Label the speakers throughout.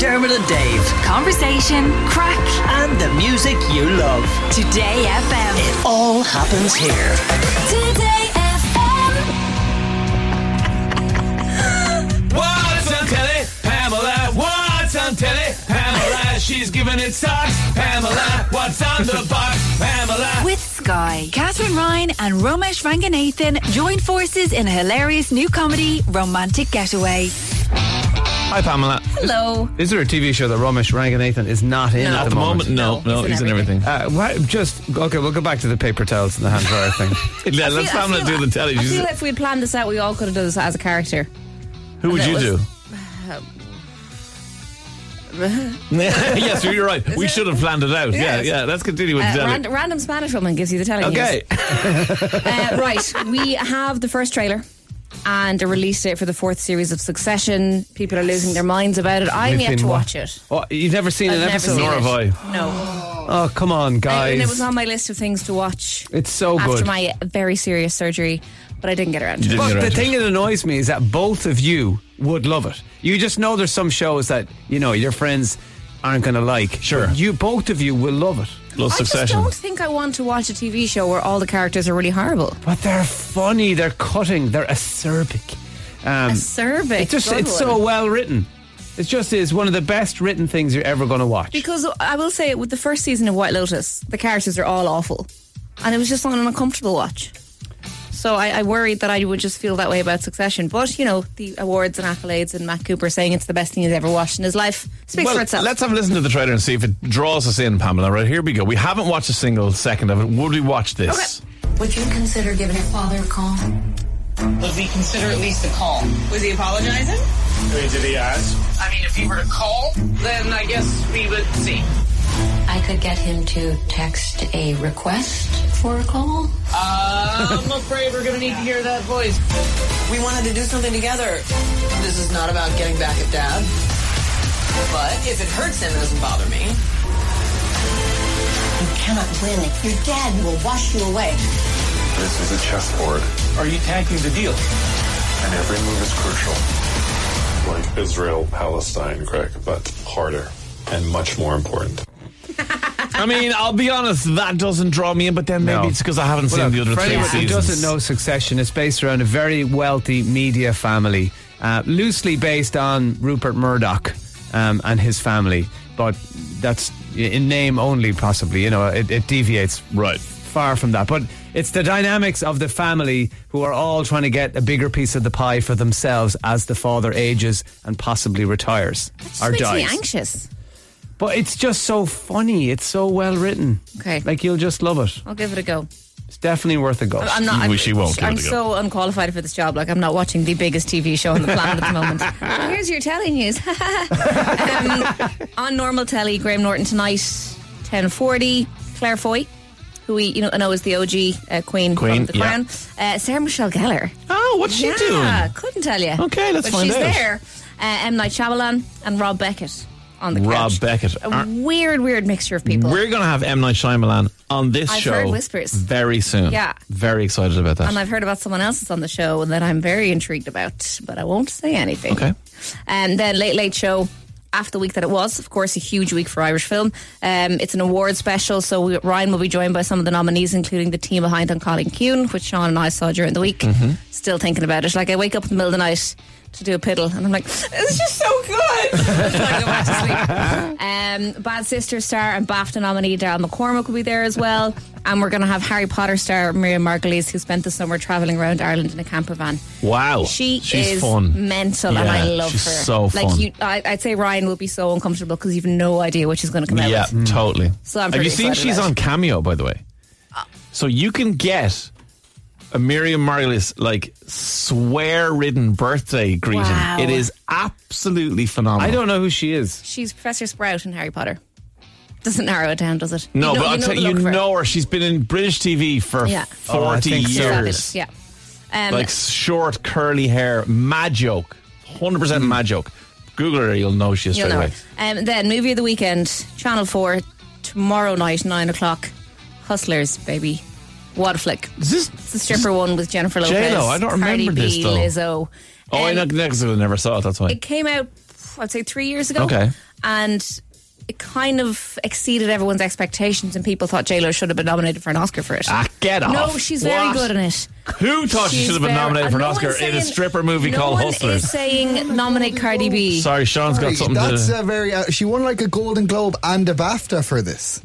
Speaker 1: Dermot and Dave,
Speaker 2: Conversation, crack,
Speaker 1: and the music you love.
Speaker 2: Today FM.
Speaker 1: It all happens here.
Speaker 2: Today FM.
Speaker 3: What's on telly? Pamela. What's on telly? Pamela. She's giving it socks. Pamela. What's on the box? Pamela.
Speaker 2: With Sky, Catherine Ryan and Romesh Ranganathan join forces in a hilarious new comedy, Romantic Getaway.
Speaker 4: Hi, Pamela.
Speaker 2: Hello.
Speaker 4: Is there a TV show that Ramesh Ranganathan is not in
Speaker 2: No.
Speaker 4: at, the moment?
Speaker 3: no, no, he's in everything.
Speaker 4: Uh, why, just okay. We'll go back to the paper towels and the hand dryer thing.
Speaker 3: Yeah,
Speaker 5: I
Speaker 3: let's
Speaker 5: feel- I
Speaker 3: Pamela
Speaker 5: feel-
Speaker 3: do the telly.
Speaker 5: I
Speaker 3: She's-
Speaker 5: feel if we'd planned this out, we all could have done this as a character.
Speaker 3: Who would
Speaker 5: that
Speaker 3: you
Speaker 5: was-
Speaker 3: do? yes, you're right. We
Speaker 5: it-
Speaker 3: should have planned it out. Yeah,
Speaker 5: Yes.
Speaker 3: yeah. Let's continue with
Speaker 5: Uh,
Speaker 3: telly.
Speaker 5: rand- random Spanish woman gives you the telling.
Speaker 3: okay.
Speaker 5: uh, right, we have the first trailer and a release date for the fourth series of Succession. People are losing their minds about it. I'm
Speaker 4: We've
Speaker 5: yet
Speaker 4: been
Speaker 5: to
Speaker 4: wa-
Speaker 5: watch it.
Speaker 4: Oh, you've never seen
Speaker 5: I've
Speaker 4: an
Speaker 5: never
Speaker 4: episode.
Speaker 5: seen
Speaker 3: Nor
Speaker 5: it.
Speaker 3: have I.
Speaker 5: No.
Speaker 4: Oh, come on,
Speaker 5: I- and it was
Speaker 4: guys.
Speaker 5: on my list of things to watch
Speaker 4: It's so
Speaker 5: after
Speaker 4: good.
Speaker 5: my very serious surgery, but I didn't get around to it.
Speaker 3: didn't.
Speaker 4: But
Speaker 3: You're
Speaker 4: the
Speaker 3: right.
Speaker 4: thing that annoys me is that both of you would love it. You just know there's some shows that you know your friends aren't going to like.
Speaker 3: Sure.
Speaker 4: But You both of you will love it.
Speaker 3: Love
Speaker 5: I just
Speaker 3: Succession.
Speaker 5: don't think I want to watch a TV show where all the characters are really horrible.
Speaker 4: But they're funny. They're cutting. They're acerbic. Um,
Speaker 5: Acerbic.
Speaker 4: It just
Speaker 5: good
Speaker 4: it's
Speaker 5: one.
Speaker 4: so well written. It just is one of the best written things you're ever going to watch.
Speaker 5: Because I will say, with the first season of White Lotus, the characters are all awful. And it was just an uncomfortable watch. So I, I worried that I would just feel that way about Succession. But, you know, the awards and accolades and Matt Cooper saying it's the best thing he's ever watched in his life speaks
Speaker 3: Well,
Speaker 5: for itself.
Speaker 3: let's have a listen to the trailer and see if it draws us in, Pamela. Right, here we go. We haven't watched a single second of it. Would we watch this?
Speaker 6: Would you consider giving your father a call?
Speaker 7: Would we consider at least a call? Was he apologizing?
Speaker 8: Did he ask?
Speaker 7: I mean, if he were to call, then I guess we would see.
Speaker 6: I could get him to text a request for a call.
Speaker 7: I'm afraid we're gonna need to hear that voice. We wanted to do something together. This is not about getting back at Dad. But if it hurts him, it doesn't bother me.
Speaker 9: You cannot win. Your dad will wash you away.
Speaker 8: This is a chessboard,
Speaker 7: Are you tanking the deal?
Speaker 8: and every move is crucial. Like Israel Palestine, Greg, but harder and much more important.
Speaker 3: I mean, I'll be honest, that doesn't draw me in. But then maybe
Speaker 4: No.
Speaker 3: it's because I haven't
Speaker 4: Well,
Speaker 3: seen the other
Speaker 4: for
Speaker 3: three
Speaker 4: anyone who
Speaker 3: seasons.
Speaker 4: doesn't know Succession, it's based around a very wealthy media family, uh, loosely based on Rupert Murdoch um, and his family, but that's in name only, possibly. You know, it, it deviates
Speaker 3: Right.
Speaker 4: far from that. But it's the dynamics of the family who are all trying to get a bigger piece of the pie for themselves as the father ages and possibly retires
Speaker 5: Just
Speaker 4: or
Speaker 5: makes
Speaker 4: dies.
Speaker 5: me anxious.
Speaker 4: But it's just so funny. It's so well written.
Speaker 5: Okay.
Speaker 4: Like you'll just love it.
Speaker 5: I'll give it a go.
Speaker 4: It's definitely worth a go.
Speaker 5: I'm not. I'm,
Speaker 3: Wish he won't give it
Speaker 5: I'm
Speaker 3: a go.
Speaker 5: so unqualified for this job. Like I'm not watching the biggest TV show on the planet at the moment. Well, here's your telly news. um, on normal telly, Graham Norton tonight, 10:40. Claire Foy, who we you know know is the OG uh, Queen,
Speaker 3: Queen,
Speaker 5: from The
Speaker 3: yeah.
Speaker 5: Crown. Uh, Sarah Michelle Gellar.
Speaker 3: Oh, what's she
Speaker 5: Yeah,
Speaker 3: doing?
Speaker 5: couldn't tell you.
Speaker 3: Okay, let's
Speaker 5: but
Speaker 3: find
Speaker 5: she's
Speaker 3: out.
Speaker 5: there. Uh, M Night Shyamalan and Rob Beckett on the
Speaker 3: Rob
Speaker 5: couch.
Speaker 3: Beckett.
Speaker 5: A
Speaker 3: Are-
Speaker 5: weird, weird mixture of people.
Speaker 3: We're going to have M Night Shyamalan on this
Speaker 5: I've
Speaker 3: show.
Speaker 5: heard whispers.
Speaker 3: very soon.
Speaker 5: Yeah.
Speaker 3: very excited about that.
Speaker 5: And I've heard about someone else that's on the show that I'm very intrigued about, but I won't say anything.
Speaker 3: Okay.
Speaker 5: And Um, then Late Late Show, after the week that it was, of course, a huge week for Irish film. Um, it's an award special, so we, Ryan will be joined by some of the nominees, including the team behind on Colin Kuhn, which Sean and I saw during the week. Still thinking about it. Like, I wake up in the middle of the night to do a piddle, and I'm like, it's just so good. I'm trying to go back to sleep. Um, Bad Sister star and BAFTA nominee Daryl McCormick will be there as well. And we're going to have Harry Potter star Miriam Margolyes, who spent the summer traveling around Ireland in a camper van.
Speaker 3: wow,
Speaker 5: She
Speaker 3: she's
Speaker 5: is
Speaker 3: fun.
Speaker 5: mental, and
Speaker 3: Yeah,
Speaker 5: I love
Speaker 3: she's
Speaker 5: her.
Speaker 3: so
Speaker 5: Like
Speaker 3: fun.
Speaker 5: you, I, I'd say Ryan will be so uncomfortable because you've no idea what she's going to come out
Speaker 3: Yeah,
Speaker 4: Mm.
Speaker 5: with.
Speaker 3: totally.
Speaker 5: So I'm
Speaker 3: Have
Speaker 5: pretty
Speaker 3: you seen
Speaker 5: excited
Speaker 3: she's
Speaker 5: about it. Uh,
Speaker 3: on Cameo by the way? So you can get a Miriam Margolyes like swear-ridden birthday greeting.
Speaker 5: Wow.
Speaker 3: It is absolutely phenomenal.
Speaker 4: I don't know who she is.
Speaker 5: She's Professor Sprout in Harry Potter. Doesn't narrow it down, does it?
Speaker 3: No, but I'll
Speaker 5: know
Speaker 3: tell
Speaker 5: the
Speaker 3: you,
Speaker 5: look of her.
Speaker 3: know her. She's been in British TV for
Speaker 5: Yeah.
Speaker 4: Oh, I
Speaker 3: 40
Speaker 4: think so.
Speaker 3: years.
Speaker 5: Fabulous, Yeah. Um,
Speaker 3: like short curly hair, mad joke, hundred percent
Speaker 4: Mm.
Speaker 3: mad joke. Google her, you'll know she is
Speaker 5: you'll
Speaker 3: straight
Speaker 5: know.
Speaker 3: away.
Speaker 5: it. Um, then movie of the weekend, Channel Four, tomorrow night, nine o'clock. Hustlers, baby. What a flick.
Speaker 3: Is this
Speaker 5: It's the stripper one with Jennifer Lopez.
Speaker 3: J-Lo, I don't
Speaker 5: Cardi
Speaker 3: remember this,
Speaker 5: B,
Speaker 3: though.
Speaker 5: Lizzo.
Speaker 3: Oh, I
Speaker 5: Um,
Speaker 3: know, because I never saw it. That's why.
Speaker 5: It came out I'd say three years ago.
Speaker 4: Okay.
Speaker 5: And it kind of exceeded everyone's expectations, and people thought J Lo should have been nominated for an Oscar for it.
Speaker 3: Ah, get off.
Speaker 5: No, she's very
Speaker 3: What?
Speaker 5: good in it.
Speaker 3: Who thought she
Speaker 5: She's
Speaker 3: should have been
Speaker 5: very-
Speaker 3: nominated for an
Speaker 5: no
Speaker 3: Oscar
Speaker 5: one's
Speaker 3: in a
Speaker 5: saying-
Speaker 3: stripper movie
Speaker 5: no
Speaker 3: called
Speaker 5: one
Speaker 3: Hustlers?
Speaker 5: Is saying nominate Cardi B.
Speaker 3: Sorry, Sean's got something
Speaker 10: That's
Speaker 3: to.
Speaker 10: a very. Uh, she won like a Golden Globe and a BAFTA for this.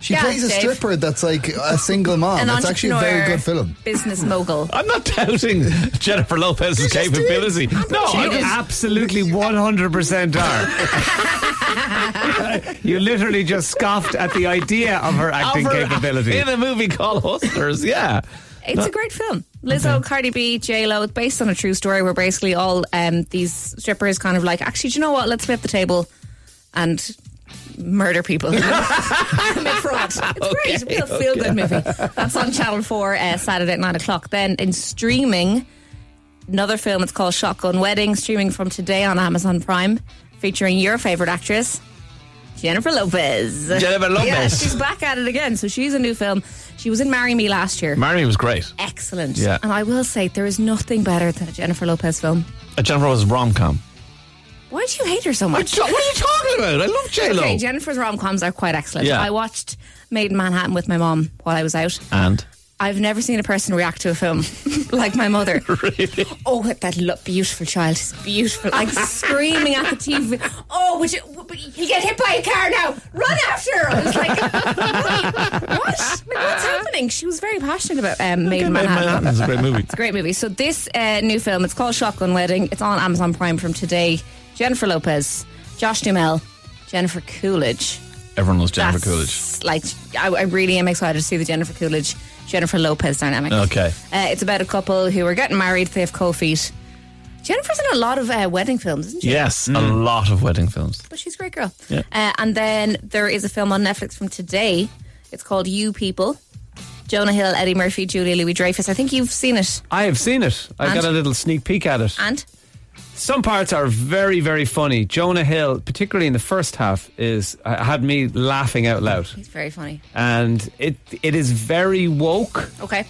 Speaker 10: She
Speaker 5: Yeah,
Speaker 10: plays a
Speaker 5: Dave.
Speaker 10: stripper that's like a single mom.
Speaker 5: An
Speaker 10: That's actually a very
Speaker 5: entrepreneur,
Speaker 10: good film.
Speaker 5: Business mogul.
Speaker 3: I'm not doubting Jennifer Lopez's capability. No,
Speaker 4: You
Speaker 3: I
Speaker 5: She is.
Speaker 4: absolutely 100% are. you literally just scoffed at the idea of her acting
Speaker 3: Alfred
Speaker 4: capability.
Speaker 3: in a movie called Hustlers. Yeah,
Speaker 5: It's a great film. Lizzo, Cardi B, J Lo. It's based on a true story where basically all um, these strippers kind of like, actually, do you know what? Let's flip the table and murder people. Commit fraud. It's great. Real feel good movie. That's on Channel Four uh, Saturday at nine o'clock. Then in streaming, another film. It's called Shotgun Wedding. Streaming from today on Amazon Prime, featuring your favorite actress. Jennifer Lopez.
Speaker 3: Jennifer Lopez.
Speaker 5: Yeah, she's back at it again. So she's a new film. She was in Marry Me last year
Speaker 3: Marry Me was great.
Speaker 5: excellent.
Speaker 3: Yeah.
Speaker 5: And I will say, there is nothing better than a Jennifer Lopez film.
Speaker 3: Uh, Jennifer was rom com.
Speaker 5: Why do you hate her so much?
Speaker 3: What are you talking about? I love J Lo.
Speaker 5: Okay, Jennifer's rom coms are quite excellent.
Speaker 3: Yeah.
Speaker 5: I watched Made in Manhattan with my mom while I was out.
Speaker 3: and
Speaker 5: I've never seen a person react to a film like my mother. really? Oh, that lo- beautiful child. She's beautiful. Like screaming at the TV. Oh, would you, would you he'll get hit by a car now. Run after her. I was like, what? Like, what's happening? She was very passionate about um, Made in Manhattan.
Speaker 3: Manhattan's a great movie.
Speaker 5: It's a great movie. So this uh, new film, it's called Shotgun Wedding. It's on Amazon Prime from today. Jennifer Lopez, Josh Duhamel, Jennifer Coolidge.
Speaker 3: Everyone loves Jennifer Coolidge.
Speaker 5: That's Like, I, I really am excited to see the Jennifer Coolidge, Jennifer Lopez dynamic.
Speaker 3: Okay.
Speaker 5: Uh, it's about a couple who are getting married. They have cold feet. Jennifer's in a lot of uh, wedding films, isn't she?
Speaker 3: Yes, a lot of wedding films.
Speaker 5: But she's a great girl.
Speaker 3: Yeah.
Speaker 5: Uh, and then there is a film on Netflix from today. It's called You People. Jonah Hill, Eddie Murphy, Julia Louis Dreyfus. I think you've seen it.
Speaker 4: I have seen it. I
Speaker 5: And-
Speaker 4: got a little sneak peek at it.
Speaker 5: And
Speaker 4: Some parts are very, very funny. Jonah Hill, particularly in the first half, is uh, had me laughing out loud,
Speaker 5: it's very funny.
Speaker 4: and it it is very woke,
Speaker 5: Okay.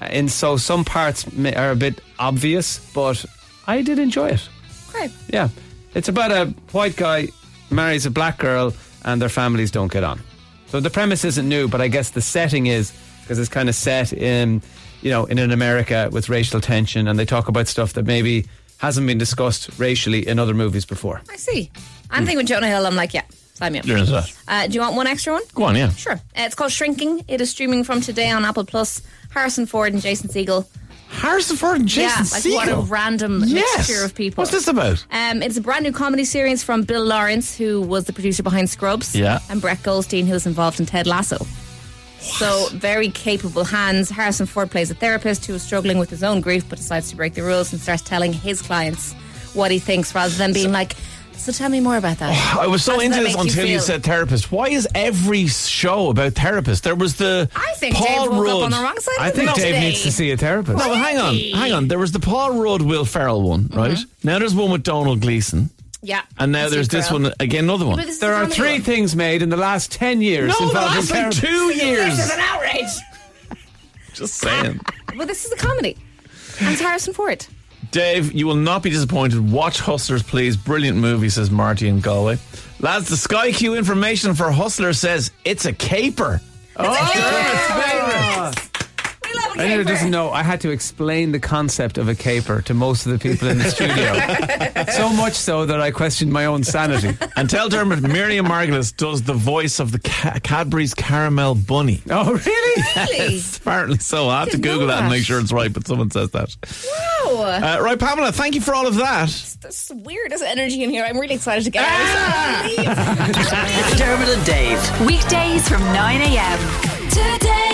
Speaker 4: and so some parts ma- are a bit obvious, but I did enjoy it.
Speaker 5: Great.
Speaker 4: Yeah, it's about a white guy marries a black girl, and their families don't get on. So the premise isn't new, but I guess the setting is because it's kind of set in, you know, in an America with racial tension, and they talk about stuff that maybe hasn't been discussed racially in other movies before.
Speaker 5: I see. I'm thinking with Jonah Hill, I'm like, yeah, sign me up.
Speaker 3: Hmm. You're into that.
Speaker 5: Uh, do you want one extra one?
Speaker 3: Go on, yeah.
Speaker 5: Sure. Uh, it's called Shrinking. It is streaming from today on Apple Plus. Harrison Ford and Jason Segel.
Speaker 3: Harrison Ford and Jason
Speaker 5: yeah, like
Speaker 3: Segel.
Speaker 5: what a random mixture of people.
Speaker 3: What's this about?
Speaker 5: Um, it's a brand new comedy series from Bill Lawrence, who was the producer behind Scrubs,
Speaker 3: Yeah.
Speaker 5: and Brett Goldstein, who was involved in Ted Lasso. So very capable hands. Harrison Ford plays a therapist who is struggling with his own grief, but decides to break the rules and starts telling his clients what he thinks, rather than being like, "So tell me more about that."
Speaker 3: I was so
Speaker 5: How does
Speaker 3: into
Speaker 5: that
Speaker 3: this
Speaker 5: make you
Speaker 3: until you,
Speaker 5: feel?
Speaker 3: said therapist. Why is every show about therapists? There was the
Speaker 5: I think
Speaker 3: Paul
Speaker 5: Dave woke
Speaker 3: Rudd.
Speaker 5: up on the wrong side.
Speaker 4: I
Speaker 5: of the
Speaker 4: think
Speaker 5: bed
Speaker 4: Dave
Speaker 5: today.
Speaker 4: needs to see a therapist.
Speaker 3: No, but hang on, hang on. There was the Paul Rudd, Will Ferrell one, right? Now there's one with Donald Gleason,
Speaker 5: Yeah,
Speaker 3: and now
Speaker 5: Mm-hmm. That's
Speaker 3: there's
Speaker 5: your
Speaker 3: this
Speaker 5: girl.
Speaker 3: one again, another one.
Speaker 5: But this is
Speaker 4: There
Speaker 5: the
Speaker 4: are
Speaker 5: comedy
Speaker 4: three
Speaker 5: one.
Speaker 4: things made in the last ten years
Speaker 3: no, the
Speaker 4: involving
Speaker 3: last like
Speaker 4: therapy.
Speaker 3: two years.
Speaker 5: This is an outrage.
Speaker 3: Just saying,
Speaker 5: Well, this is a comedy, and it's Harrison Ford.
Speaker 3: Dave, you will not be disappointed. Watch Hustlers, please. Brilliant movie, says Marty in Galway. Lads, the Sky Q information for Hustler says it's a caper.
Speaker 5: We Oh, love a
Speaker 4: Anyone who
Speaker 5: caper.
Speaker 4: doesn't know, I had to explain the concept of a caper to most of the people in the studio. so much so that I questioned my own sanity.
Speaker 3: And tell Dermot Miriam Margulis does the voice of the Ca- Cadbury's caramel bunny.
Speaker 4: Oh, really?
Speaker 5: Really?
Speaker 3: Apparently so. I have to
Speaker 5: Didn't know
Speaker 3: Google that and
Speaker 5: that.
Speaker 3: make sure it's right, but someone says that.
Speaker 5: Wow.
Speaker 3: Uh, right, Pamela, thank you for all of that.
Speaker 5: That's the weirdest energy in here. I'm really excited to get out of this.
Speaker 3: Ah!
Speaker 1: Dermot and Dave.
Speaker 2: Weekdays from 9 a.m. Today.